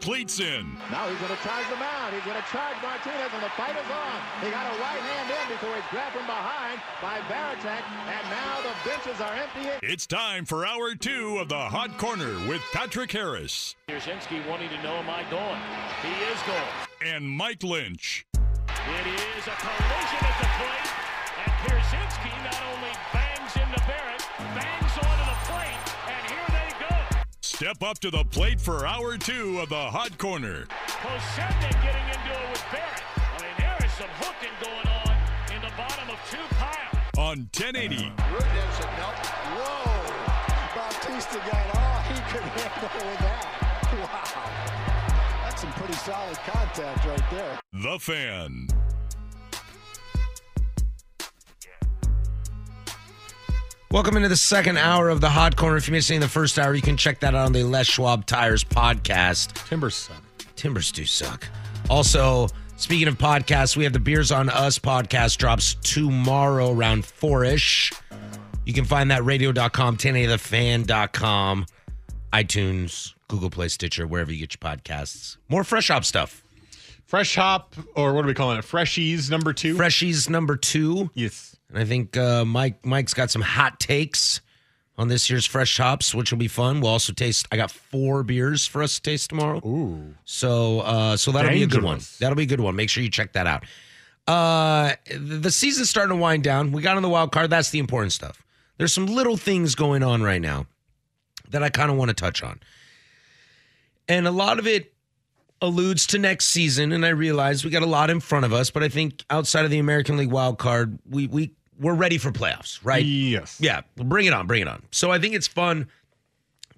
Cleats in. Now he's going to charge the mound. He's going to charge Martinez, and the fight is on. He got a right hand in before he's grabbed from behind by Baratek, and now the benches are empty. It's time for hour two of the Hot Corner with Patrick Harris Yashinsky wanting to know, am I going? He is going. and Mike Lynch. It is a collision at the plate, and Pierzynski not only bangs into Barrett, bangs onto the plate, and here they go. Step up to the plate for hour two of the Hot Corner. Posebnik getting into it with Barrett. I mean, there is some hooking going on in the bottom of two pile. on 1080 Whoa! Bautista got all he could handle with that. Wow. That's some pretty solid contact right there. The Fan. Welcome into the second hour of the Hot Corner. If you missed any of the first hour, you can check that out on the Les Schwab Tires podcast. Timbers suck. Timbers do suck. Also, speaking of podcasts, we have the Beers on Us podcast drops tomorrow around four ish. You can find that radio.com, 1080thefan.com, iTunes, Google Play, Stitcher, wherever you get your podcasts. More Fresh Hop stuff. Fresh hop, or what are we calling it? Freshies number two. Freshies number two. Yes. And I think uh, Mike Mike's got some hot takes on this year's fresh hops, which will be fun. We'll also taste. I got four beers for us to taste tomorrow. Ooh. So uh, so that'll be a good one. Dangerous. That'll be a good one. Make sure you check that out. Uh, th- the season's starting to wind down. We got on the wild card. That's the important stuff. There's some little things going on right now that I kind of want to touch on, and a lot of it alludes to next season. And I realize we got a lot in front of us, but I think outside of the American League wild card, we we we're ready for playoffs, right? Yes. Yeah, bring it on, bring it on. So I think it's fun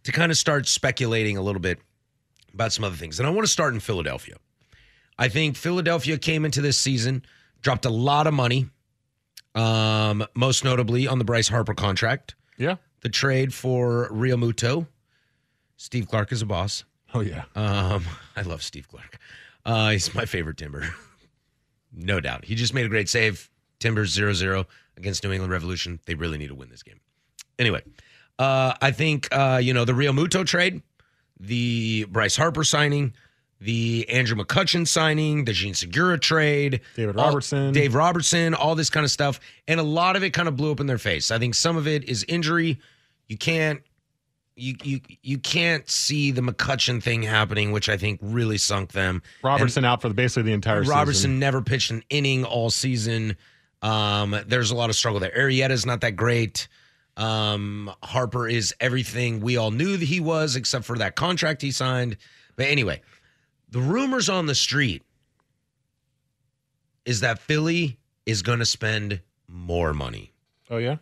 to kind of start speculating a little bit about some other things. And I want to start in Philadelphia. I think Philadelphia came into this season, dropped a lot of money, um, most notably on the Bryce Harper contract, Yeah. the trade for Rio Muto. Steve Clark is a boss. Oh yeah. Um, I love Steve Clark. Uh, he's my favorite Timber, no doubt. He just made a great save. Timbers 0 0 against New England Revolution. They really need to win this game. Anyway, uh, I think, uh, you know, the Real Muto trade, the Bryce Harper signing, the Andrew McCutcheon signing, the Gene Segura trade, David all- Robertson. Dave Robertson, all this kind of stuff. And a lot of it kind of blew up in their face. I think some of it is injury. You can't you you you can't see the McCutcheon thing happening, which I think really sunk them. Robertson out for the, basically the entire And season. Robertson never pitched an inning all season. Um, there's a lot of struggle there. Arietta's not that great. Um, Harper is everything we all knew that he was, except for that contract he signed. But anyway, the rumors on the street is that Philly is going to spend more money, Oh yeah.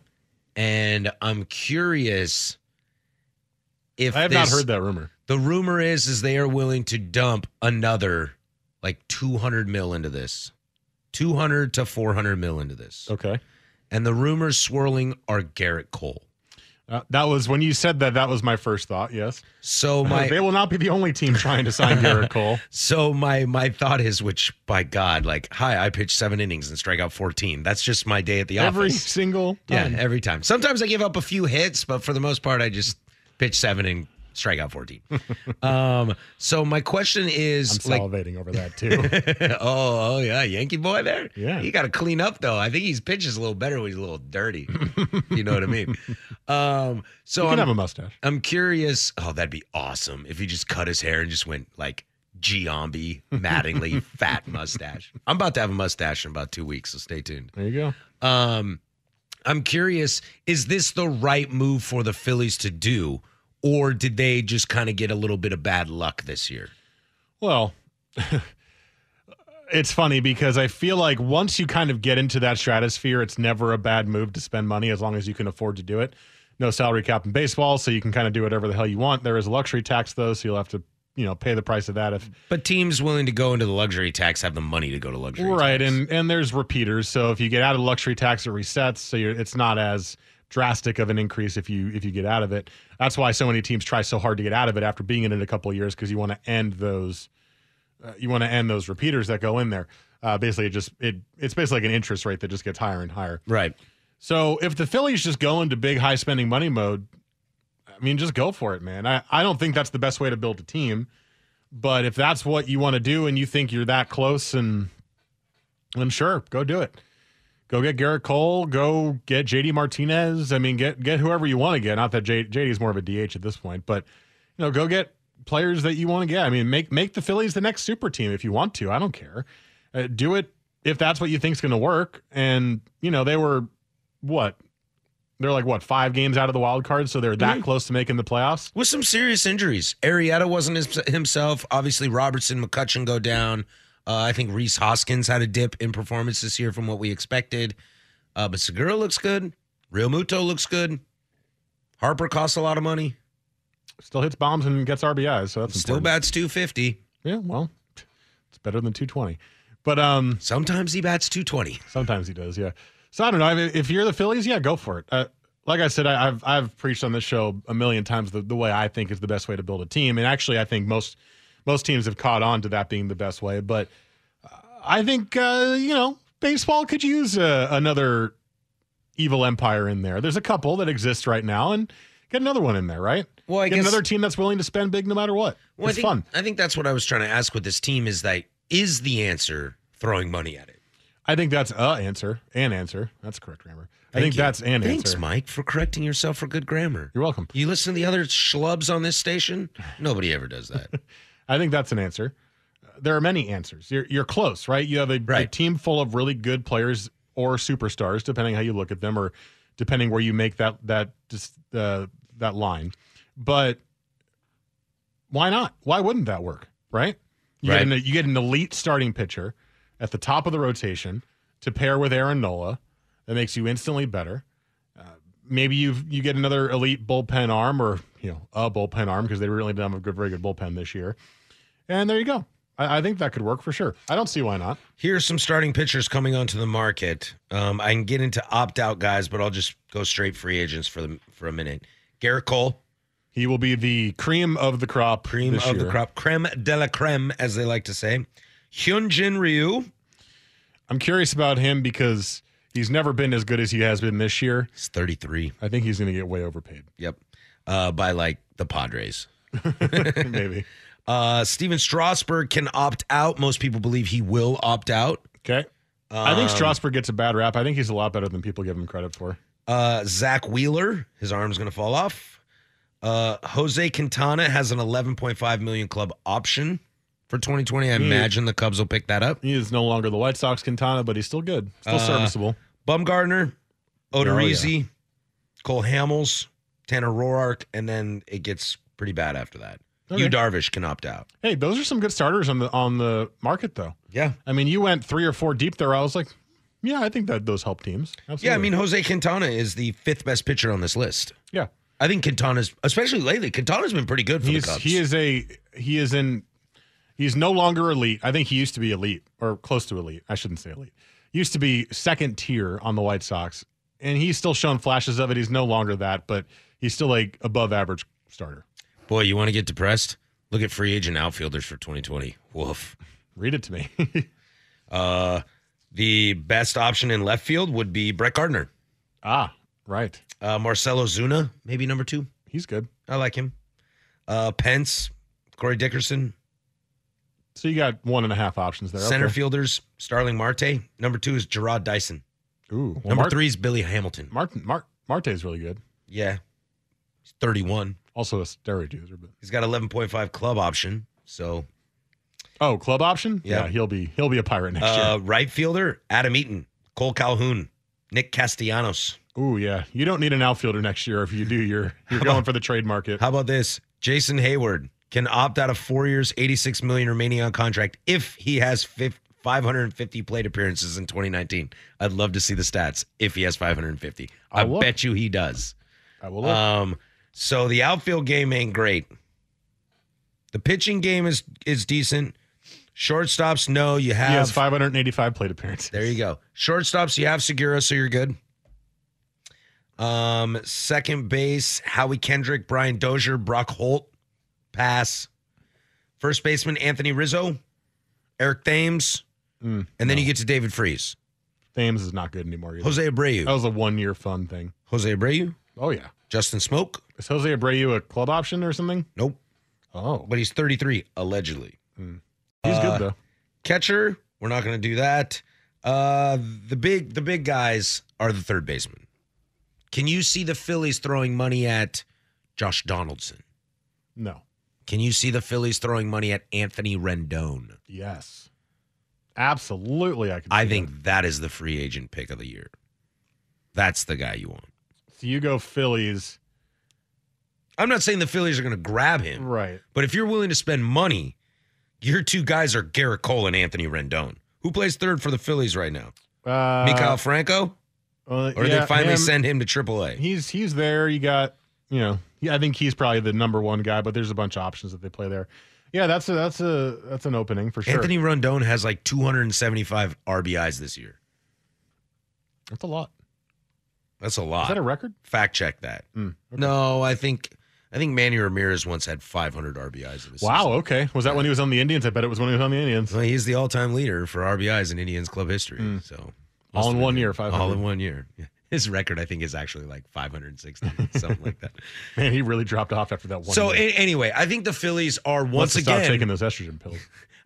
and I'm curious if I have this- not heard that rumor. the rumor is is they are willing to dump another like 200 mil into this 200 to 400 mil into this Okay. and the rumors swirling are garrett cole Uh, that was when you said that. That was my first thought. Yes. so they my will not be the only team trying to sign Garrett Cole. so my my thought is which by god like hi i pitched seven innings and strike out 14 that's just my day at the Every office single time. Yeah, every time. Sometimes I give up a few hits, but for the most part, I just pitch seven and strike out 14. um, so my question I'm is like, salivating over that too. oh, oh yeah, Yankee boy there. Yeah. he got to clean up though. I think his pitch is a little better when he's a little dirty. if you know what I mean? Um, so you I'm, can have a mustache. I'm curious. Oh, that'd be awesome if he just cut his hair and just went like Giambi, Mattingly, fat mustache. I'm about to have a mustache in about two weeks, so stay tuned. There you go. Um, I'm curious, is this the right move for the Phillies to do, or did they just kind of get a little bit of bad luck this year? Well, it's funny because I feel like once you kind of get into that stratosphere, it's never a bad move to spend money as long as you can afford to do it. No salary cap in baseball, so you can kind of do whatever the hell you want. There is a luxury tax, though, so you'll have to you know pay the price of that if But teams willing to go into the luxury tax have the money to go to luxury right tax. and and there's repeaters so if you get out of luxury tax it resets so you're, it's not as drastic of an increase if you if you get out of it that's why so many teams try so hard to get out of it after being in it a couple of years because you want to end those uh, you want to end those repeaters that go in there uh, basically it just it it's basically like an interest rate that just gets higher and higher right. so if the Phillies just go into big high spending money mode, I mean, just go for it, man. I, I don't think that's the best way to build a team. But if that's what you want to do and you think you're that close and then sure, go do it. Go get Garrett Cole, go get JD Martinez. I mean, get get whoever you want to get. Not that J, JD is more of a DH at this point, but you know, go get players that you want to get. I mean, make make the Phillies the next super team if you want to. I don't care. Uh, do it if that's what you think's going to work. And you know, they were what they're like what five games out of the wild card, so they're that close to making the playoffs. With some serious injuries. Arietta wasn't his, himself. Obviously, Robertson, McCutcheon go down. Uh, I think Reese Hoskins had a dip in performance this year from what we expected. Uh, but Segura looks good. Real Muto looks good. Harper costs a lot of money. Still hits bombs and gets RBIs, so that's Still important. bats 250. Yeah, well, it's better than two twenty, but um, Sometimes he bats 220. sometimes he does. Yeah, so I don't know. I mean, if you're the Phillies, yeah, go for it. Uh, like I said, I, I've I've preached on this show a million times the, the way I think is the best way to build a team, and actually, I think most most teams have caught on to that being the best way. But uh, I think uh, you know baseball could use uh, another evil empire in there. There's a couple that exist right now, and get another one in there, right? Well, I get guess- another team that's willing to spend big no matter what. Well, it's I think, fun. I think that's what I was trying to ask with this team is that is the answer throwing money at it? I think that's a answer, an answer. That's correct grammar. I Thank think you. that's an Thanks, answer. Mike, for correcting yourself for good grammar. You're welcome. You listen to the other schlubs on this station? Nobody ever does that. I think that's an answer. There are many answers. You're you're close, right? You have a, a Right. team full of really good players or superstars, depending how you look at them, or depending where you make that that dis- uh, that line. But why not? Why wouldn't that work? Right? You, Right. Get an, you get an elite starting pitcher at the top of the rotation to pair with Aaron Nola. That makes you instantly better. Uh, maybe you you get another elite bullpen arm, or you know a bullpen arm because they really don't have a good, very good bullpen this year. And there you go. I, I think that could work for sure. I don't see why not. Here are some starting pitchers coming onto the market. Um, I can get into opt out guys, but I'll just go straight free agents for the, for a minute. Garrett Cole, He will be the cream of the crop. cream this of the year. crop, creme de la creme, as they like to say. Hyunjin Ryu, I'm curious about him because he's never been as good as he has been this year. he's 33. I think he's going to get way overpaid. Yep. Uh, by like the Padres. Maybe. Uh, Steven Strasburg can opt out. Most people believe he will opt out. Okay. I Um, think Strasburg gets a bad rap. I think he's a lot better than people give him credit for. Uh, Zach Wheeler, his arm's going to fall off. Uh, Jose Quintana has an 11.5 million club option for 2020. Hmm. I imagine the Cubs will pick that up. He is no longer the White Sox Quintana, but he's still good, Uh, still serviceable. Bumgarner, Oh, Odorizzi, Cole Hamels, Tanner Roark, and then it gets pretty bad after that. You Darvish can opt out. Hey, those are some good starters on the on the market, though. Yeah. I mean, you went three or four deep there. I was like, yeah, I think that those help teams. Absolutely. Yeah, I mean, Jose Quintana is the fifth best pitcher on this list. yeah, I think Quintana's, especially lately, Quintana's been pretty good for the he's Cubs. he is a he is in he's no longer elite. I think he used to be elite or close to elite. I shouldn't say elite. Used to be second tier on the White Sox, and he's still shown flashes of it. He's no longer that, but he's still a above average starter. Boy, you want to get depressed? Look at free agent outfielders for 2020. Woof. Read it to me. Uh, the best option in left field would be Brett Gardner. ah, right. Uh, Marcelo Zuna, maybe number two. He's good. I like him. Uh, Pence, Corey Dickerson, So you got one and a half options there. center Okay. fielders, Starling Marte. Number two is Gerard Dyson. Ooh, well, number Mart- three is Billy Hamilton. Martin Mart Marte's really good. yeah, he's 31. Also a steroid user, but He's got 11.5 club option. So, oh, club option. Yeah. he'll be he'll be a pirate next uh, right fielder, Adam Eaton, Cole Calhoun, Nick Castellanos. year. Ooh, yeah. You don't need an outfielder next year if you do. You're you're going for the trade market. How about this? Jason Hayward can opt out of four years, 86 million remaining on contract if he has fif- 550 plate appearances in 2019. I'd love to see the stats if he has 550. I I'll look. bet you he does. I will Uh, look. Um, so the outfield game ain't great. The pitching game is is decent. Shortstops, no, you He has have 585 plate appearances. There you go. Shortstops, you have Segura, so you're good. Um, second base, Howie Kendrick, Brian Dozier, Brock Holt, pass. First baseman, Anthony Rizzo, Eric Thames, Mm, and then you get to David Freeze, Thames is not good anymore either. Jose Abreu, That was a one year fun thing. Jose Abreu, Oh yeah. Justin Smoke. Is Jose Abreu a club option or something? Nope, Oh, but he's 33 allegedly. he's Uh, good though. Catcher, we're not going to do that. Uh, the big the big guys are the third baseman. Can you see the Phillies throwing money at Josh Donaldson? No. Can you see the Phillies throwing money at Anthony Rendon? Yes. Absolutely, I can. I see think that is the free agent pick of the year. That's the guy you want. that. so. You go Phillies, I'm not saying the Phillies are going to grab him, right? but if you're willing to spend money, your two guys are Garrett Cole and Anthony Rendon. Who plays third for the Phillies right now? Uh, Mikhail Franco? uh, Or do yeah, they finally him. send him to AAA? He's he's there. You got you know. Yeah, I think he's probably the number one guy, but there's a bunch of options that they play there. Yeah, that's a that's a that's an opening for sure. Anthony Rendon has like 275 RBIs this year. that's a lot. That's a lot. Is that a record? Fact check that. Mm, No, I think I think Manny Ramirez once had 500 RBIs. in a season. Wow. Okay. Was that when he was on the Indians? I bet it was when he was on the Indians. Well, he's the all-time leader for RBIs in Indians club history. So must Hmm. All in have one been- year, 500. All in one year. Yeah. His record, I think, is actually like 560, something like that. Man, he really dropped off after that one. so year. a- anyway, I think the Phillies are Must once have stopped taking again. those estrogen pills.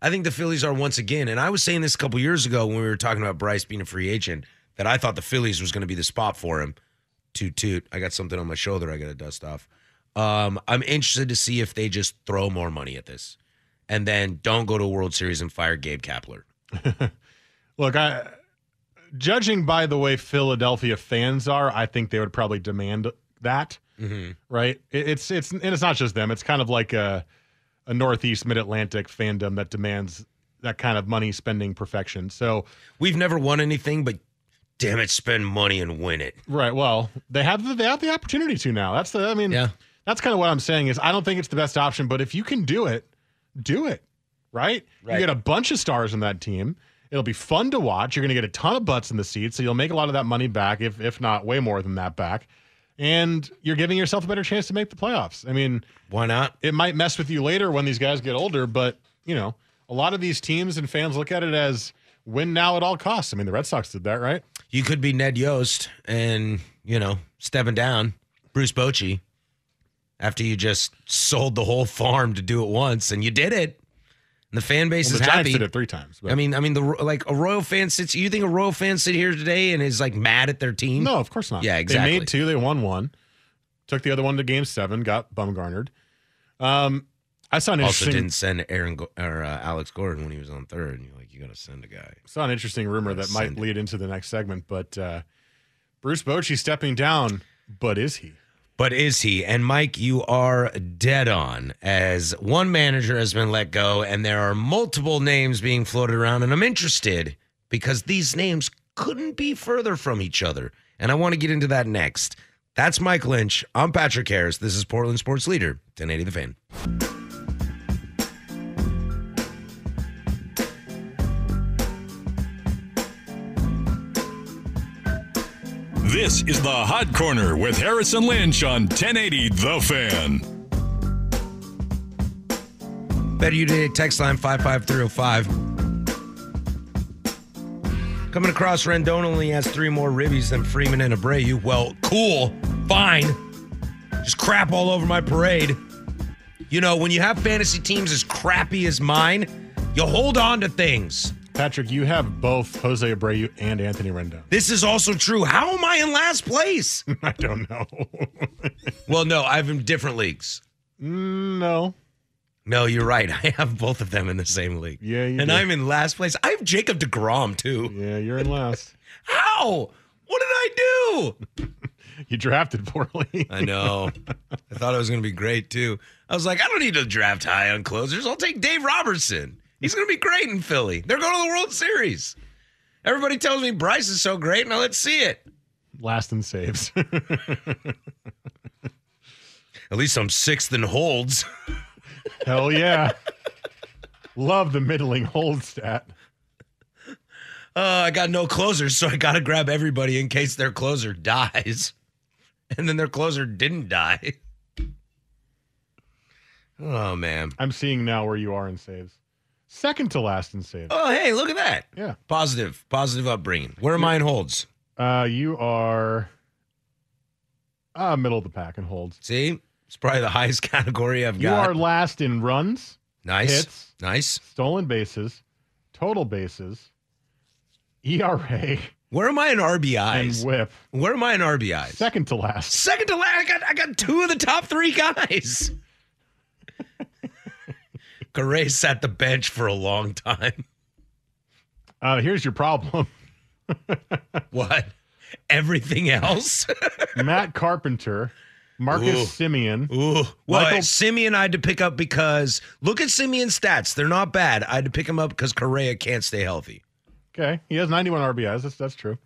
I think the Phillies are once again, and I was saying this a couple years ago when we were talking about Bryce being a free agent that I thought the Phillies was going to be the spot for him. Toot toot! I got something on my shoulder. I got to dust off. Um, I'm interested to see if they just throw more money at this, and then don't go to a World Series and fire Gabe Kapler. Look, I judging by the way Philadelphia fans are, I think they would probably demand that, Mm-hmm. right? It, it's it's and it's not just them. It's kind of like a a Northeast Mid Atlantic fandom that demands that kind of money spending perfection. So, We've never won anything, but damn it, spend money and win it. right, well, they have the, they have the opportunity to now. That's the I mean, Yeah. that's kind of what I'm saying is I don't think it's the best option, but if you can do it, do it. Right? Right. You get a bunch of stars on that team. It'll be fun to watch. You're going to get a ton of butts in the seats, so you'll make a lot of that money back, if if not way more than that back. And you're giving yourself a better chance to make the playoffs. I mean, Why not? it might mess with you later when these guys get older, but you know, a lot of these teams and fans look at it as win now at all costs. I mean, the Red Sox did that, right? You could be Ned Yost and, you know, stepping down Bruce Bochy after you just sold the whole farm to do it once and you did it. And the fan base Well, the is Giants happy. did it three times. But I mean, I mean, the like a Royal fan sits. You think a Royal fan sit here today and is like mad at their team? No, of course not. Yeah, They exactly. made two, they won one, took the other one to game seven, got bumgarnered. Um, I saw an Also, interesting, didn't send Aaron Go- or uh, Alex Gordon when he was on third. And you're like, you got to send a guy. saw an interesting rumor that might Send it. lead into the next segment, but uh, Bruce Bochy stepping down, but is he? But is he? And Mike, you are dead on as one manager has been let go and there are multiple names being floated around. And I'm interested because these names couldn't be further from each other. And I want to get into that next. That's Mike Lynch. I'm Patrick Harris. This is Portland Sports Leader, 1080 The Fan. This is the Hot Corner with Harrison Lynch on 1080 The Fan. Better You Today text line 55305. Coming across, Rendon only has three more ribbies than Freeman and Abreu. Well, cool, fine. Just crap all over my parade. You know, when you have fantasy teams as crappy as mine, you hold on to things. Patrick, you have both Jose Abreu and Anthony Rendon. This is also true. How am I in last place? I don't know. well, no, I have in different leagues. Mm, no. No, you're right. I have both of them in the same league. Yeah, you and do. I'm in last place. I have Jacob DeGrom, too. Yeah, you're in last. How? What did I do? You drafted poorly. I know. I thought it was going to be great too. I was like, I don't need to draft high on closers. I'll take Dave Robertson. He's going to be great in Philly. They're going to the World Series. Everybody tells me Bryce is so great, now let's see it. last in saves. At least I'm sixth in holds. Hell yeah. Love the middling hold stat. Uh, I got no closers, so I got to grab everybody in case their closer dies. And then their closer didn't die. Oh, man. I'm seeing now where you are in saves. Second to last in saves. Oh, hey, look at that. Yeah. Positive, positive upbringing. Where are mine holds? Uh, you are uh, middle of the pack and holds. See, it's probably the highest category I've You got. are last in runs, nice. hits. Nice. stolen bases, total bases, ERA, Where am I in and RBIs? whip. Where am I in RBIs? Second to last. Second to last, I got I got two of the top three guys. Garay sat the bench for a long time. Uh, here's your problem. What? Everything else? Matt Carpenter, Marcus Ooh. Simeon. Ooh. Well, Michael- Simeon I had to pick up because look at Simeon's stats. They're not bad. I had to pick him up because Correa can't stay healthy. Okay, he has 91 RBIs. That's that's true.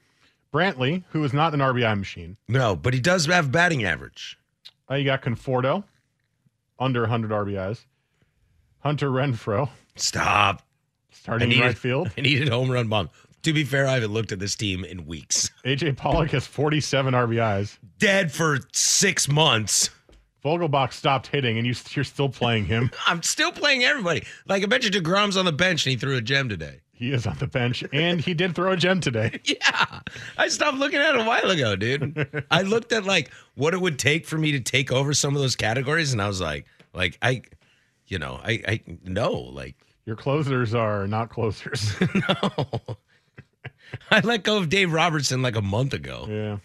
Brantley, who is not an RBI machine. No, but he does have batting average. Uh, you got Conforto, under 100 RBIs. Hunter Renfro, Stop. I starting in needed, right field. I needed home run bomb. To be fair, I haven't looked at this team in weeks. AJ Pollock has 47 RBIs. Dead for six months. Vogelbach stopped hitting, and you, you're still playing him. I'm still playing everybody. Like I bet you Degrom's on the bench and he threw a gem today. He is on the bench, and he did throw a gem today. Yeah, I stopped looking at it a while ago, dude. I looked at like what it would take for me to take over some of those categories, and I was like, like I, you know, I, I no, like Your closers are not closers. no. I let go of Dave Robertson like a month ago. yeah.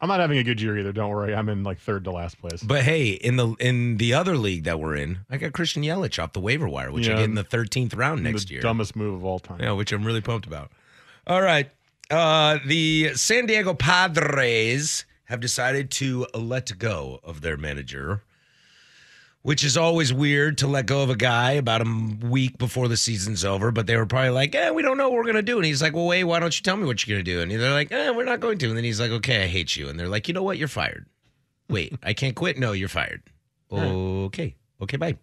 I'm not having a good year either. Don't worry. I'm in like third to last place. But hey, in the in the other league that we're in, I got Christian Yelich off the waiver wire, which I Yeah. did in the 13th round the next year. dumbest move of all time. Yeah, which I'm really pumped about. All right. Uh, the San Diego Padres have decided to let go of their manager, which is always weird to let go of a guy about a m- week before the season's over. But they were probably like, eh, we don't know what we're going to do. And he's like, well, wait, why don't you tell me what you're going to do? And they're like, eh, we're not going to. And then he's like, okay, I hate you. And they're like, you know what? You're fired. Wait, I can't quit. No, you're fired. Okay. Okay, bye.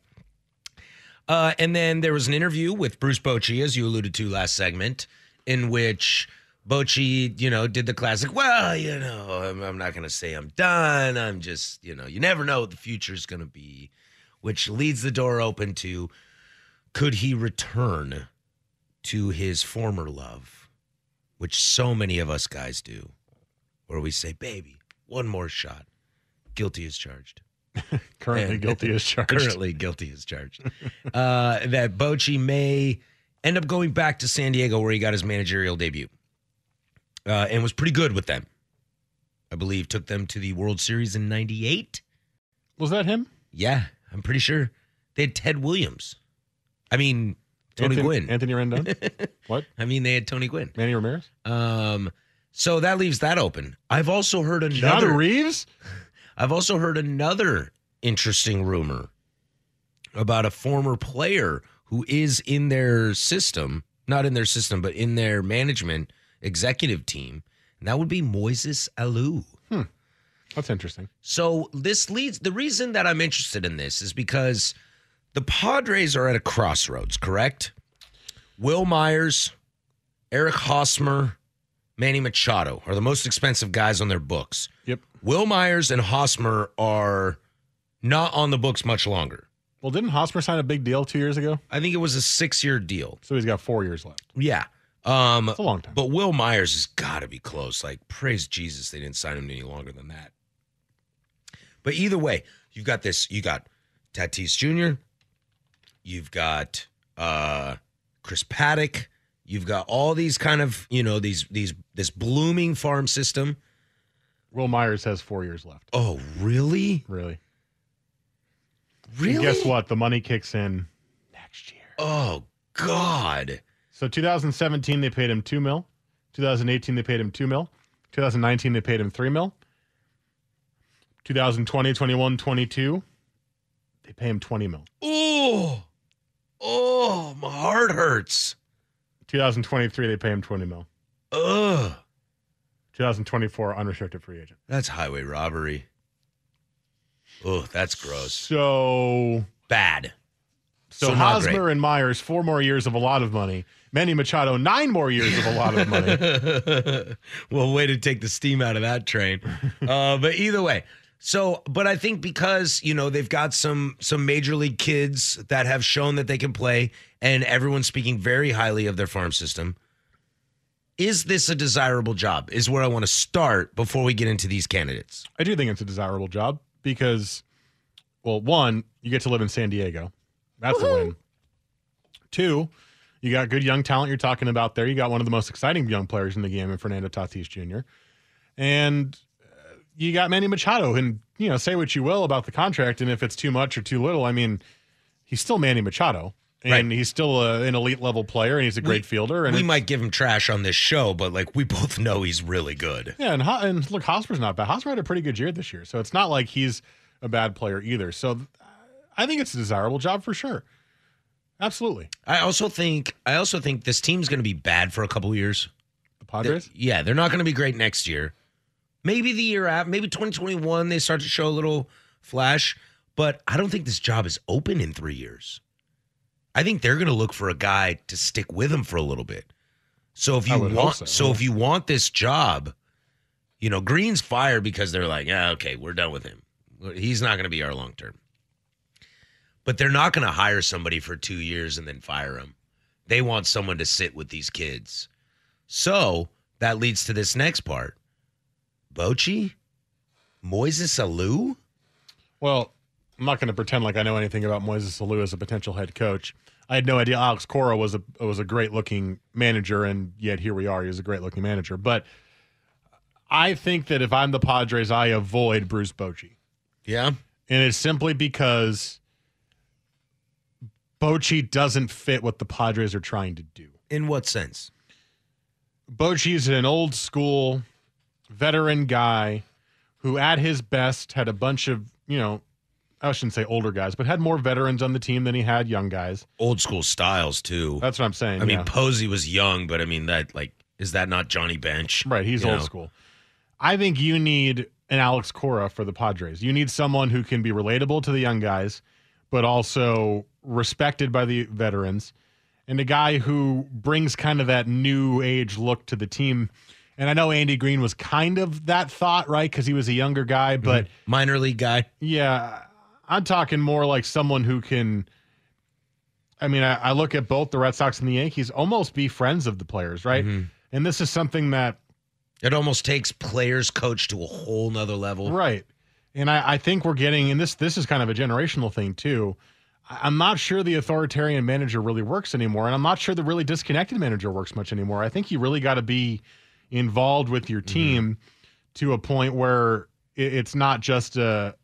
Uh, and then there was an interview with Bruce Bochy, as you alluded to last segment, in which Bochy, you know, did the classic, well, you know, I'm, I'm not going to say I'm done. I'm just, you know, you never know what the future is going to be, which leaves the door open to could he return to his former love, which so many of us guys do, where we say, baby, one more shot, guilty as charged Currently and- guilty as charged. currently guilty as charged. uh, that Bochy may end up going back to San Diego where he got his managerial debut uh, and was pretty good with them. I believe took them to the World Series in 98. Was that him? Yeah, I'm pretty sure. They had Ted Williams. I mean, Tony Anthony, Gwynn. Anthony Rendon? what? I mean, they had Tony Gwynn. Manny Ramirez? Um, so that leaves that open. I've also heard another. John Reeves? I've also heard another interesting rumor about a former player who is in their system, not in their system, but in their management executive team. And that would be Moises Alou. That's interesting. So this leads the reason that I'm interested in this is because the Padres are at a crossroads, correct? Will Myers, Eric Hosmer, Manny Machado are the most expensive guys on their books. Yep. Will Myers and Hosmer are not on the books much longer. Well, didn't Hosmer sign a big deal two years ago? I think it was a six year deal. So he's got four years left. Yeah. Um, That's a long time. but Will Myers has got to be close. Like, praise Jesus, they didn't sign him any longer than that. But either way, you've got this. You got Tatis Jr. You've got uh, Chris Paddock. You've got all these kind of you know these these this blooming farm system. Will Myers has four years left. Oh, really? Really? Really? And guess what? The money kicks in next year. Oh God. So 2017 they paid him two mil. 2018 they paid him two mil. 2019 they paid him three mil. 2020, 21, 22, they pay him 20 mil. Oh, oh, my heart hurts. 2023 they pay him 20 mil. Ugh, 2024 unrestricted free agent. that's highway robbery. Oh, that's gross. So bad. So, So not Hosmer great. and Myers, four more years of a lot of money. Manny Machado, nine more years of a lot of money. well, way to take the steam out of that train. Uh, but either way, so but I think because you know they've got some some major league kids that have shown that they can play, and everyone's speaking very highly of their farm system. Is this a desirable job? Is where I want to start before we get into these candidates. I do think it's a desirable job because, well, one, you get to live in San Diego. That's a win. Two, you got good young talent you're talking about there. You got one of the most exciting young players in the game in Fernando Tatis Jr. And uh, you got Manny Machado. And, you know, say what you will about the contract and if it's too much or too little, I mean, he's still Manny Machado. And Right. he's still a, an elite level player and he's a great We- fielder. And we it's- might give him trash on this show, but like we both know he's really good. Yeah, and, Ho- and look, Hosmer's not bad. Hosmer had a pretty good year this year, so it's not like he's a bad player either. So th- I think it's a desirable job for sure. Absolutely, I also think I also think this team's going to be bad for a couple years. the They're- Padres. yeah, they're not going to be great next year. Maybe the year after, maybe 2021, they start to show a little flash. But I don't think this job is open in three years. I think they're going to look for a guy to stick with them for a little bit. So if I you would want, hope so, so, yeah. if you want this job, you know Green's fired because they're like, yeah, okay, we're done with him. He's not going to be our long term. But they're not going to hire somebody for two years and then fire him. They want someone to sit with these kids. So that leads to this next part. Bochi? Moises Alou? Well, I'm not going to pretend like I know anything about Moises Alou as a potential head coach. I had no idea Alex Cora was a was a great looking manager, and yet here we are. He's a great looking manager, but I think that if I'm the Padres, I avoid Bruce Bochy. Yeah. and it's simply because Bochy doesn't fit what the Padres are trying to do. In what sense? Bochy's an old school veteran guy who, at his best, had a bunch of, you know, I shouldn't say older guys, but had more veterans on the team than he had young guys. Old school styles too. That's what I'm saying. I mean yeah. Posey was young, but I mean that like is that not Johnny Bench? Right. He's You old know? school. I think you need an Alex Cora for the Padres. You need someone who can be relatable to the young guys, but also respected by the veterans, and a guy who brings kind of that new age look to the team. And I know Andy Green was kind of that thought, right? Because he was a younger guy, but Minor league guy. yeah, I'm talking more like someone who can. I mean, I, I look at both the Red Sox and the Yankees almost be friends of the players, Mm-hmm. right? And this is something that It almost takes players coach to a whole nother level. Right. And I, I think we're getting, and this this is kind of a generational thing too. I- I'm not sure the authoritarian manager really works anymore, and I'm not sure the really disconnected manager works much anymore. I think you really got to be involved with your team to a point where it, it's not just a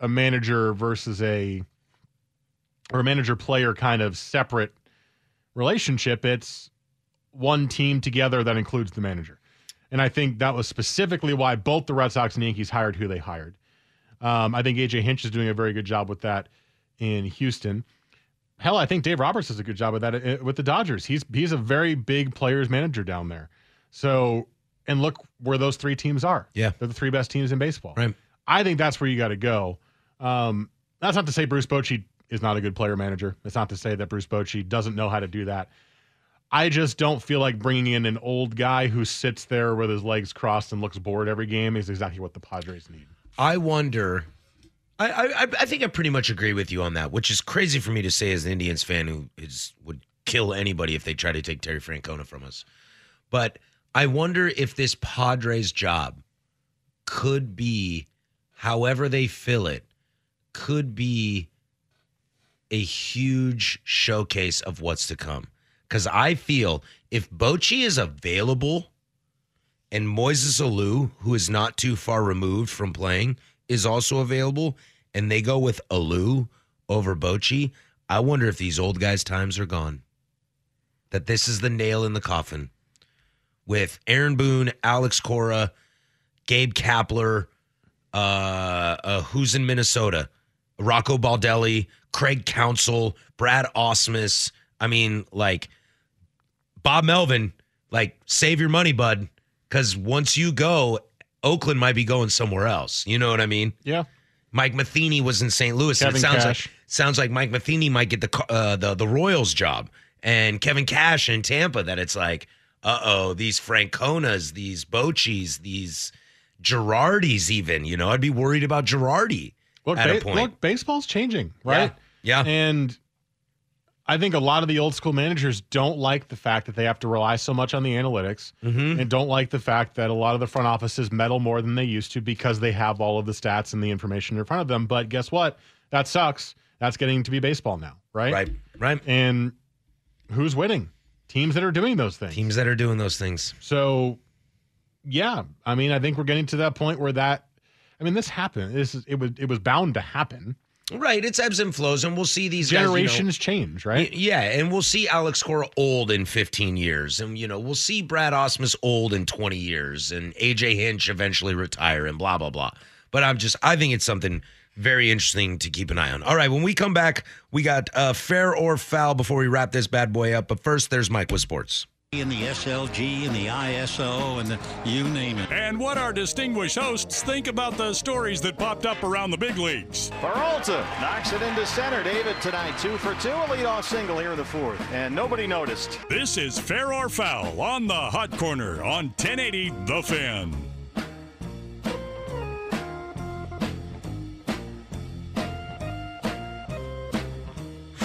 a manager versus a or a manager player kind of separate relationship. It's one team together that includes the manager. And I think that was specifically why both the Red Sox and Yankees hired who they hired. Um, I think AJ Hinch is doing a very good job with that in Houston. Hell, I think Dave Roberts does a good job with that uh, with the Dodgers. He's he's a very big players manager down there. So and look where those three teams are. Yeah. they're the three best teams in baseball. Right. I think that's where you got to go. Um, that's not to say Bruce Bochy is not a good player manager. It's not to say that Bruce Bochy doesn't know how to do that. I just don't feel like bringing in an old guy who sits there with his legs crossed and looks bored every game is exactly what the Padres need. I wonder. I, I I- I think I pretty much agree with you on that, which is crazy for me to say as an Indians fan who is would kill anybody if they try to take Terry Francona from us. But I wonder if this Padres job could be, however they fill it, could be a huge showcase of what's to come. Because I feel if Bochy is available and Moises Alou, who is not too far removed from playing, is also available, and they go with Alou over Bochy, I wonder if these old guys' times are gone. That this is the nail in the coffin with Aaron Boone, Alex Cora, Gabe Kapler, uh, uh, who's in Minnesota, Rocco Baldelli, Craig Council, Brad Osmus. I mean, like Bob Melvin, like save your money, bud, because once you go, Oakland might be going somewhere else. You know what I mean? Yeah. Mike Matheny was in St. Louis. and Kevin it sounds Cash. like sounds like Mike Matheny might get the Ca- uh, the the Royals job, and Kevin Cash in Tampa. That it's like, uh oh, these Franconas, these Bochis, these Girardis. Even you know, I'd be worried about Girardi Look, at a ba- point. look, baseball's changing, right? Yeah. Yeah. And I think a lot of the old school managers don't like the fact that they have to rely so much on the analytics Mm-hmm. and don't like the fact that a lot of the front offices meddle more than they used to because they have all of the stats and the information in front of them. But guess what? That sucks. That's getting to be baseball now, right? right. Right. And who's winning? Teams that are doing those things. Teams that are doing those things. So, yeah, I mean, I think we're getting to that point where that, I mean, this happened. This is, it was it was bound to happen. Right. It's ebbs and flows, and we'll see these guys, you know- Generations change, right? Y- Yeah, and we'll see Alex Cora old in 15 years, and you know we'll see Brad Osmus old in 20 years, and AJ Hinch eventually retire, and blah blah blah. But I'm just, I think it's something very interesting to keep an eye on. All right, when we come back, we got uh, fair or foul before we wrap this bad boy up. But first, there's Mike with sports. in the SLG and the ISO and the, you name it. And what our distinguished hosts think about the stories that popped up around the big leagues. Peralta knocks it into center. David tonight, two for two, a leadoff single here in the fourth, and nobody noticed. This is Fair or Foul on the Hot Corner on 1080 The Fan.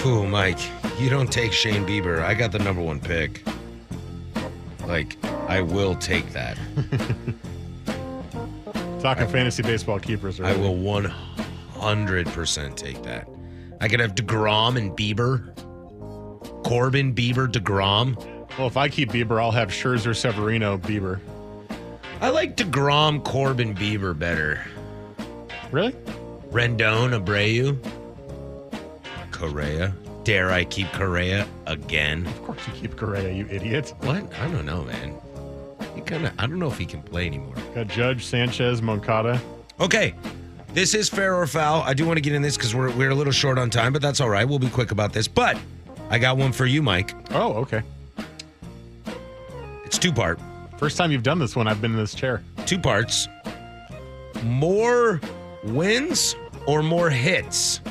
Ooh, Mike, you don't take Shane Bieber. I got the number one pick. Like, I will take that. Talking fantasy baseball keepers. I will 100% take that. I could have DeGrom and Bieber. Corbin, Bieber, DeGrom. Well, if I keep Bieber, I'll have Scherzer, Severino, Bieber. I like DeGrom, Corbin, Bieber better. Really? Rendon, Abreu. Correa. Dare I keep Correa again? Of course you keep Correa, you idiot. What? I don't know, man. He kind of, I don't know if he can play anymore. Got Judge, Sanchez, Moncada. Okay. This is fair or foul. I do want to get in this because we're, we're a little short on time, but that's all right. We'll be quick about this. But I got one for you, Mike. Oh, okay. It's two part. First time you've done this one, I've been in this chair. two parts more wins or more hits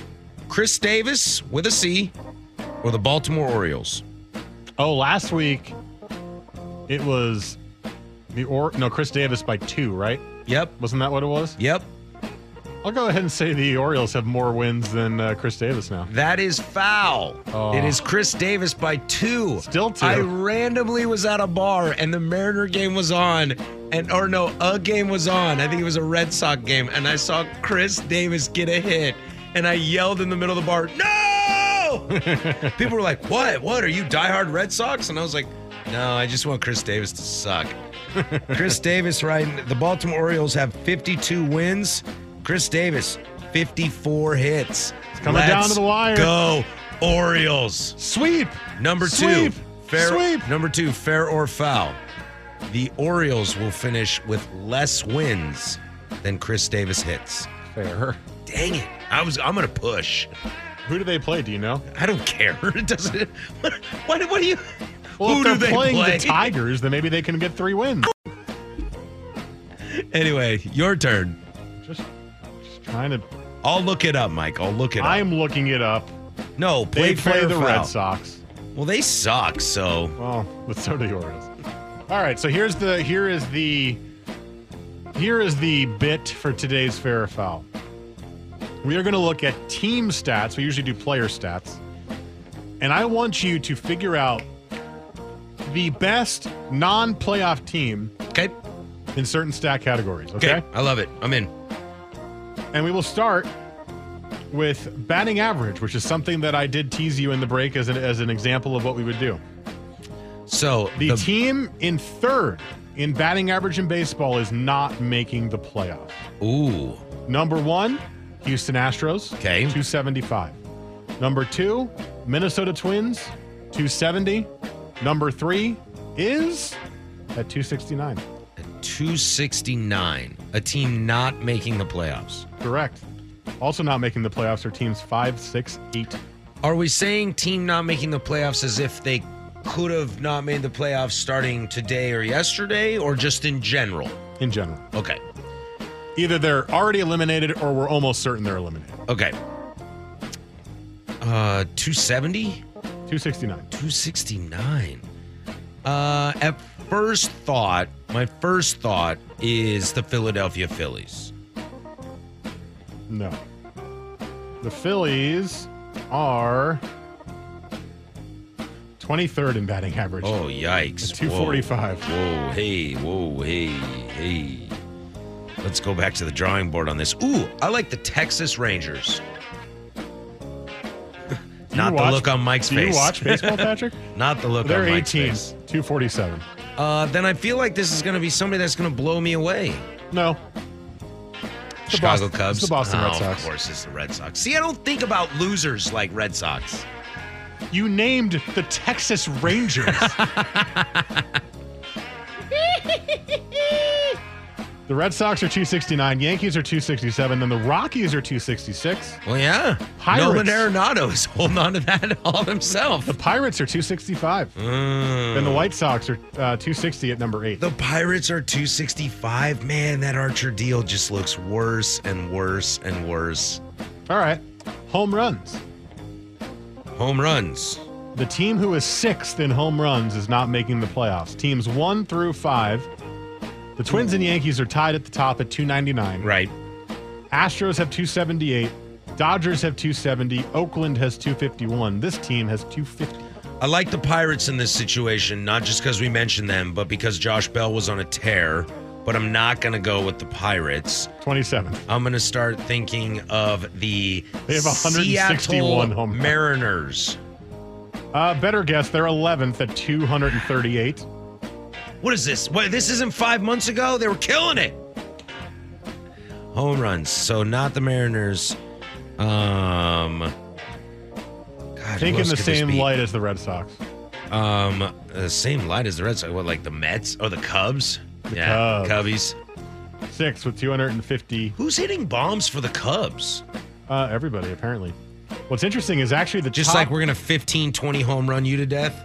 chris davis with a c or the baltimore orioles Oh, last week it was the or no Chris Davis by two, right? yep Wasn't that what it was? yep I'll go ahead and say the Orioles have more wins than uh, Chris Davis now. that is foul Oh. it is chris davis by two Still two. i randomly was at a bar and the mariner game was on and or no a game was on i think it was a red sox game and i saw chris davis get a hit and i yelled in the middle of the bar no People were like, "What? What are you diehard Red Sox?" And I was like, "No, I just want Chris Davis to suck." Chris Davis, right? The Baltimore Orioles have 52 wins. Chris Davis, 54 hits. It's coming down to the wire. Go Orioles. Sweep. Number Sweep. two, fair. Sweep. Number two, fair or foul. The Orioles will finish with less wins than Chris Davis hits. Fair. Dang it! I was. I'm gonna push. Who do they play? Do you know? I don't care. It doesn't. What? What, what do you? Well, who if they're do they playing play? the Tigers, then maybe they can get three wins. Anyway, your turn. Just, just trying to. I'll look it up, Mike. I'll look it up. I'm looking it up. no, play They play fair the or Red foul. Sox. Well, they suck. So Well, Oh, but so do the Orioles. All right, so here's the here is the here is the bit for today's fair or foul. We are going to look at team stats. We usually do player stats, and I want you to figure out the best non-playoff team okay, in certain stat categories. okay, Okay, I love it. I'm in. and we will start with batting average, which is something that I did tease you in the break as an as an example of what we would do. So The, team in third in batting average in baseball is not making the playoffs. Ooh, Number one, Houston Astros, Okay. 275. Number two, Minnesota Twins, 270. Number three is at 269. a 269. A team not making the playoffs. Correct. Also not making the playoffs are teams five, six, eight. Are we saying team not making the playoffs as if they could have not made the playoffs starting today or yesterday, or just in general? in general. Okay. Either they're already eliminated or we're almost certain they're eliminated. Okay. Uh, 270? 269. 269. Uh, at first thought, my first thought is the Philadelphia Phillies. No. The Phillies are 23rd in batting average. Oh, yikes. Whoa. 245. Whoa, hey, whoa, hey, hey. Let's go back to the drawing board on this. Ooh, I like the Texas Rangers. Do you Not the watch- look on Mike's do you face. watch baseball, Patrick? Not the look they're on Mike's 18, face. 247. Uh, then I feel like this is going to be somebody that's going to blow me away. No. The Chicago Boston- Cubs. it's the Boston oh, Red Sox. Of course, it's the Red Sox. See, I don't think about losers like Red Sox. You named the Texas Rangers. the Red Sox are 269, Yankees are 267, then the Rockies are 266, Well, yeah. Pirates. Nolan Arenado is holding on to that all himself. the Pirates are 265, Mm. then the White Sox are uh, 260 at number eight. The Pirates are 265. Man, that Archer deal just looks worse and worse and worse. All right. Home runs. Home runs. The team who is sixth in home runs is not making the playoffs. Teams one through five. The Twins and Yankees are tied at the top at 299. Right. Astros have 278. Dodgers have 270. Oakland has 251. This team has 250. I like the Pirates in this situation, not just because we mentioned them, but because Josh Bell was on a tear. But I'm not going to go with the Pirates. 27th. I'm going to start thinking of the They have 161 Seattle home runs. Mariners. Uh, better guess, they're 11th at 238. What is this? What, this isn't five months ago? They were killing it. Home runs. So not the Mariners. Um. God, Think who in else the could this same be? light as the Red Sox. Um, the same light as the Red Sox. What, like the Mets or the Cubs? yeah, Cubs. Cubbies. Sixth with 250. Who's hitting bombs for the Cubs? Uh, everybody, apparently. What's interesting is actually the Just top like we're gonna 15, 20 home run you to death.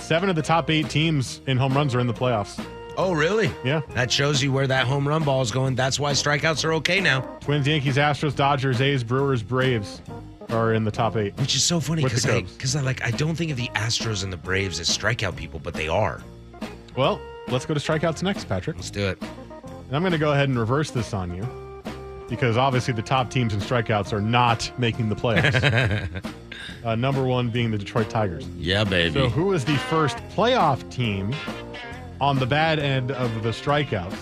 seven of the top eight teams in home runs are in the playoffs. Oh, really? Yeah. That shows you where that home run ball is going. That's why strikeouts are okay now, Twins, Yankees, Astros, Dodgers, A's, Brewers, Braves are in the top eight. which is so funny With the because I, Cubs. because I like I don't think of the Astros and the Braves as strikeout people, but they are. Well, let's go to strikeouts next, Patrick. Let's do it. And I'm going to go ahead and reverse this on you because obviously the top teams in strikeouts are not making the playoffs. uh, number one being the Detroit Tigers. Yeah, baby. So, who is the first playoff team on the bad end of the strikeouts?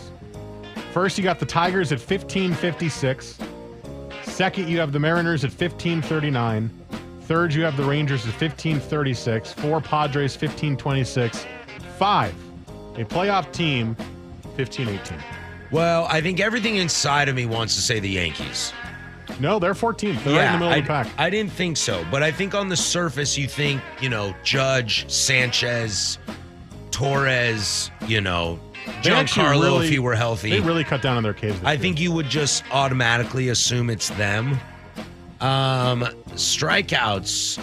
First, you got the Tigers at 1556. Second, you have the Mariners at 1539. Third, you have the Rangers at 1536. Four, Padres 1526. Five, a playoff team 1518. well, I think everything inside of me wants to say the Yankees. No, they're 14th. They're right in the middle I, of the pack. I didn't think so, but I think on the surface you think, you know, Judge, Sanchez, Torres, you know, They actually Giancarlo really- if he were healthy. They really cut down on their caves. I think you would just automatically assume it's them. Um strikeouts.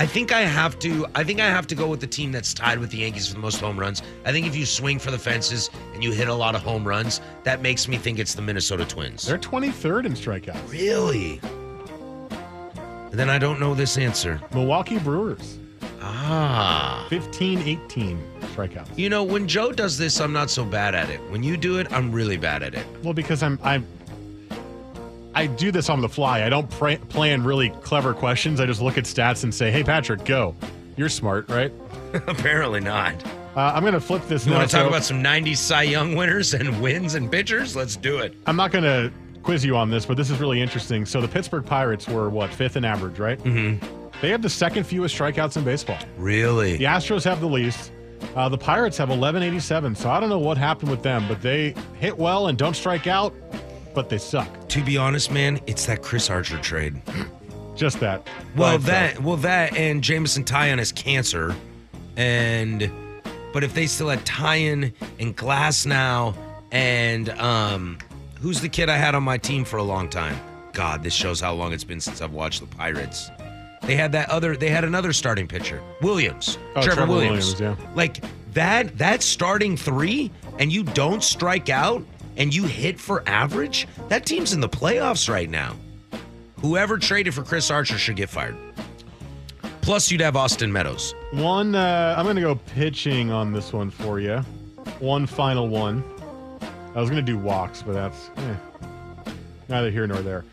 I think I have to I think I have to go with the team that's tied with the Yankees for the most home runs. I think if you swing for the fences and you hit a lot of home runs, that makes me think it's the Minnesota Twins. they're 23rd in strikeouts. Really? Then I don't know this answer. Milwaukee Brewers Ah. 1518 strikeouts. You know, when Joe does this, I'm not so bad at it. When you do it, I'm really bad at it. Well, because I'm I'm I do this on the fly. I don't pray, plan really clever questions. I just look at stats and say, "Hey, Patrick, go." You're smart, right? Apparently not. Uh, I'm going to flip this You now. want to talk so about some 90s Cy Young winners and wins and pitchers? Let's do it. I'm not going to quiz you on this, but this is really interesting. So the Pittsburgh Pirates were what fifth in average, right? Mm-hmm. They have the second fewest strikeouts in baseball. Really? The Astros have the least. Uh, the Pirates have 1187. So I don't know what happened with them, but they hit well and don't strike out, but they suck. To be honest, man, it's that Chris Archer trade. Just that. By Well, itself. that, well, that, and Jameson Tyon has cancer, and but if they still had Tyon and Glass now, and um, who's the kid I had on my team for a long time? God, this shows how long it's been since I've watched the Pirates. They had that other, they had another starting pitcher, Williams, Oh, Trevor, Trevor Williams. Williams, yeah. Like that, that starting three, and you don't strike out, and you hit for average, that team's in the playoffs right now. Whoever traded for Chris Archer should get fired. Plus, you'd have Austin Meadows. One, uh, I'm going to go pitching on this one for you. One final one. I was going to do walks, but that's eh, neither here nor there.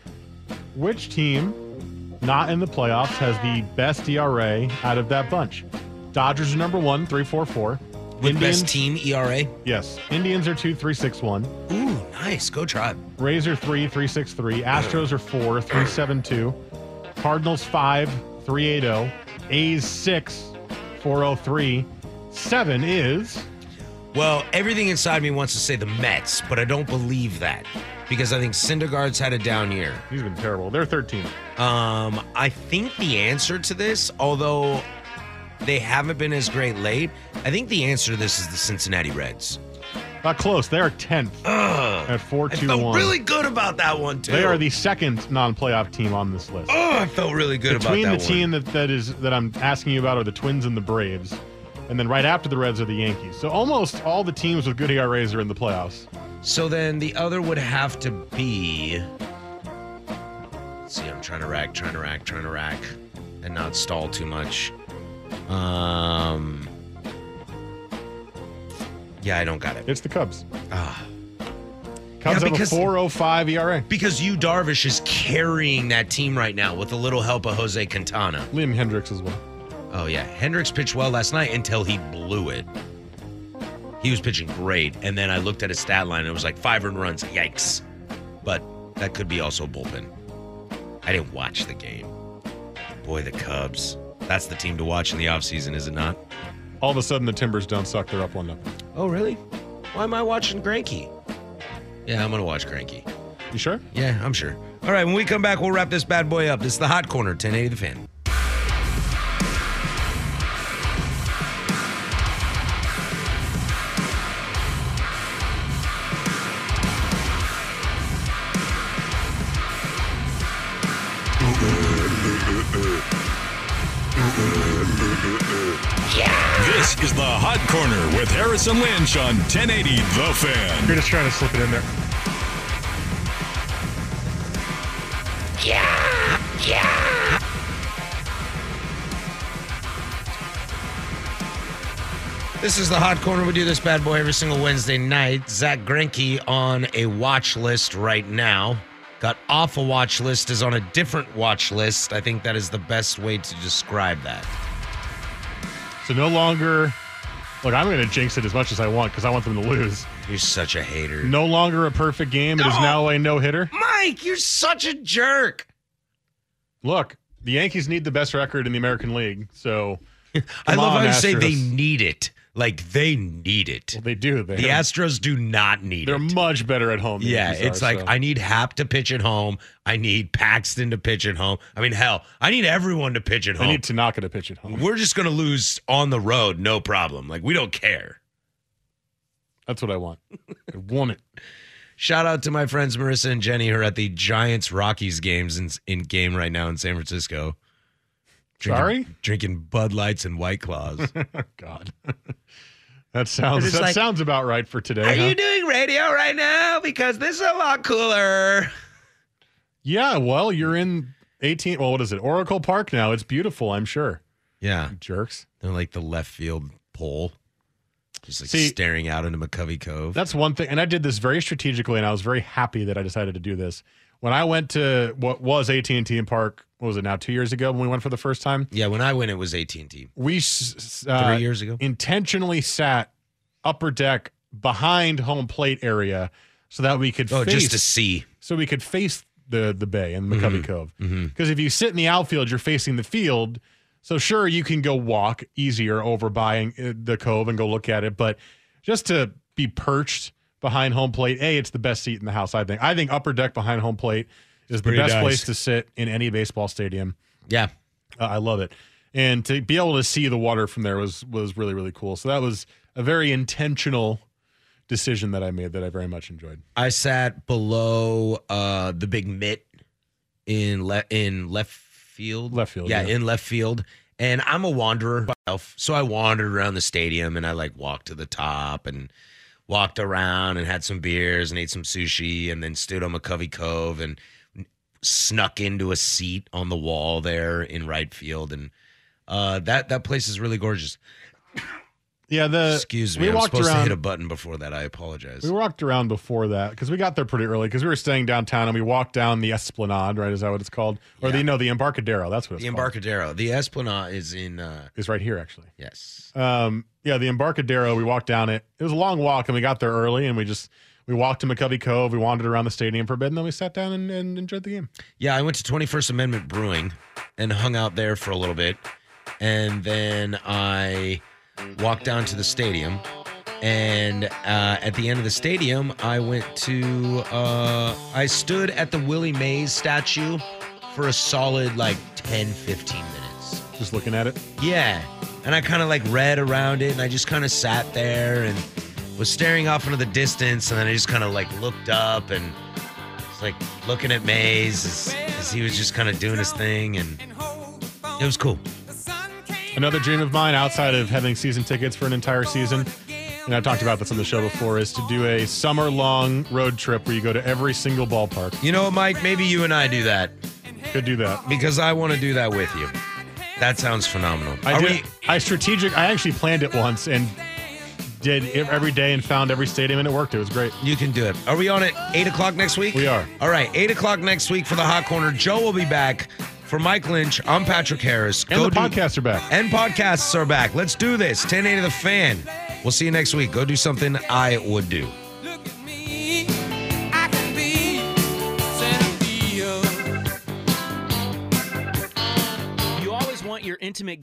Which team, not in the playoffs, has the best ERA out of that bunch? Dodgers are number one, 344. With best team ERA. Yes. Indians are two, three, six, one. Ooh, nice. Go Tribe. Rays are three, three, six, three. Astros are four, three, seven, two. Cardinals five, three, eight, zero. A's six, four, zero, three. Seven is Well, everything inside me wants to say the Mets, but I don't believe that because I think Syndergaard's had a down year. he's been terrible. They're 13. Um, I think the answer to this, although they haven't been as great late, I think the answer to this is the Cincinnati Reds. Not Uh, close. They are 10th Ugh. at four, I two, felt one. really good about that one too. They are the second non-playoff team on this list. Oh, I felt really good Between the about that one. team that, that is that I'm asking you about are the Twins and the Braves, and then right after the Reds are the Yankees. So almost all the teams with good ERAs are in the playoffs. So then the other would have to be. Let's see, I'm trying to rack, trying to rack, trying to rack, and not stall too much. Um. Yeah, I don't got it. It's the Cubs. Ah. Cubs Yeah, have a because- 4.05 E ERA. Because you Darvish is carrying that team right now with a little help of Jose Quintana. Liam Hendricks as well. Oh yeah, Hendricks pitched well last night until he blew it. He was pitching great, and then I looked at his stat line and it was like five earned runs. Yikes! But that could be also bullpen. I didn't watch the game. Boy, the Cubs. That's the team to watch in the offseason, is it not? All of a sudden, the Timbers don't suck. They're up one nothing. Oh really? Why am I watching Cranky? Yeah, I'm gonna watch Cranky. You sure? Yeah, I'm sure. All right, when we come back, we'll wrap this bad boy up. This is the Hot Corner, 1080 The Fan. This is the Hot Corner with Harrison Lynch on 1080 The Fan. You're just trying to slip it in there. This is the Hot Corner. We do this bad boy every single Wednesday night. Zach Greinke on a watch list right now. Got off a watch list, is on a different watch list. I think that is the best way to describe that. So no longer. Look, I'm going to jinx it as much as I want because I want them to lose. You're such a hater. No longer a perfect game. It is No. now a no hitter. Mike, you're such a jerk. Look, the Yankees need the best record in the American League. So I Come love on, how you say Astros. they need it. Like they need it. well, they do. They the Astros do not need they're it. much better at home. than Yeah, Yankees it's are, like so. I need Hap to pitch at home. I need Paxton to pitch at home. I mean, hell, I need everyone to pitch at they home. need to not get a pitch at home. We're just going to lose on the road, no problem. Like, we don't care. That's what I want. I want it. Shout out to my friends Marissa and Jenny, who are at the Giants Rockies games in, in game right now in San Francisco. Drinking- Sorry? Drinking Bud Lights and White Claws. God, that sounds It's that like- sounds about right for today. Are huh? you doing radio right now? Because this is a lot cooler. yeah, well, you're in 18. Well, what is it? Oracle Park now. It's beautiful. I'm sure. Yeah. Jerks. They're like the left field pole, just like See- staring out into McCovey Cove. That's one thing. And I did this very strategically, and I was very happy that I decided to do this. When I went to what was AT and T in Park, what was it now? Two years ago, when we went for the first time, Yeah, when I went, it was AT&T. we s- s- Three uh, years ago. intentionally sat upper deck behind home plate area so that we could Oh, face, just to see. so we could face the the bay and McCovey Cove. Mm-hmm. Because if you sit in the outfield, you're facing the field. So sure, you can go walk easier over by uh, the cove and go look at it, but just to be perched behind home plate, a it's the best seat in the house. I think. I think upper deck behind home plate is the pretty best nice. place to sit in any baseball stadium. Yeah. Uh, I love it, and to be able to see the water from there was was really really cool. So that was a very intentional decision that I made that I very much enjoyed. I sat below uh the big mitt in le- in left field. Left field, Yeah, yeah. in left field. And I'm a wanderer myself. So I wandered around the stadium and I like walked to the top and walked around and had some beers and ate some sushi and then stood on McCovey Cove and snuck into a seat on the wall there in right field and uh, that that place is really gorgeous. Yeah, the Excuse Uh, We me, I'm walked supposed to around. hit a button before that. I apologize. we walked around before that because we got there pretty early because we were staying downtown and we walked down the Esplanade, right? Is that what it's called? Or the no, the Embarcadero. That's what it's the called. Embarcadero, the Esplanade is in. Uh, Is right here actually. yes, Um, yeah, the Embarcadero. We walked down it. It was a long walk, and we got there early, and we just we walked to McCovey Cove. We wandered around the stadium for a bit, and then we sat down and, and enjoyed the game. yeah. I went to Twenty First Amendment Brewing and hung out there for a little bit, and then I walked down to the stadium. And uh, at the end of the stadium, I went to uh, I stood at the Willie Mays statue for a solid like 10, 15 minutes. Just looking at it. Yeah. And I kind of like read around it and I just kind of sat there and was staring off into the distance. And then I just kind of like looked up and was like looking at Maze as, as he was just kind of doing his thing. And it was cool. Another dream of mine, outside of having season tickets for an entire season, and I talked about this on the show before, is to do a summer long road trip where you go to every single ballpark. You know, Mike, maybe you and I do that Could do that. because I want to do that with you. That sounds phenomenal. I Are did. we- I strategic. I actually planned it once and did it every day and found every stadium and it worked. It was great. You can do it. Are we on at 8 o'clock next week? We are. All right, 8 o'clock next week for the Hot Corner. Joe will be back. For Mike Lynch, I'm Patrick Harris. And the do- podcasts are back. And podcasts are back. Let's do this. 1080 The Fan. We'll see you next week. Go do something I would do. Look at me, I can be Centipede. You always want your intimate